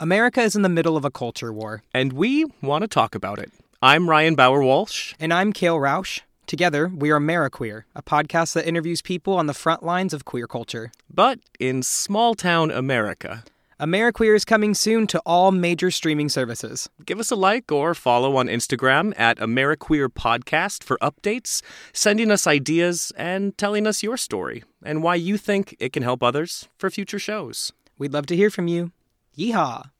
America is in the middle of a culture war, And we want to talk about it. I'm Ryan Bauer Walsh. and I'm Kale Rausch. Together, we are AmeriQueer, a podcast that interviews people on the front lines of queer culture. But in small town America, AmeriQueer is coming soon to all major streaming services. give us a like or follow on Instagram at AmeriQueer Podcast for updates, sending us ideas, and telling us your story and why you think it can help others for future shows. We'd love to hear from you. Yeehaw!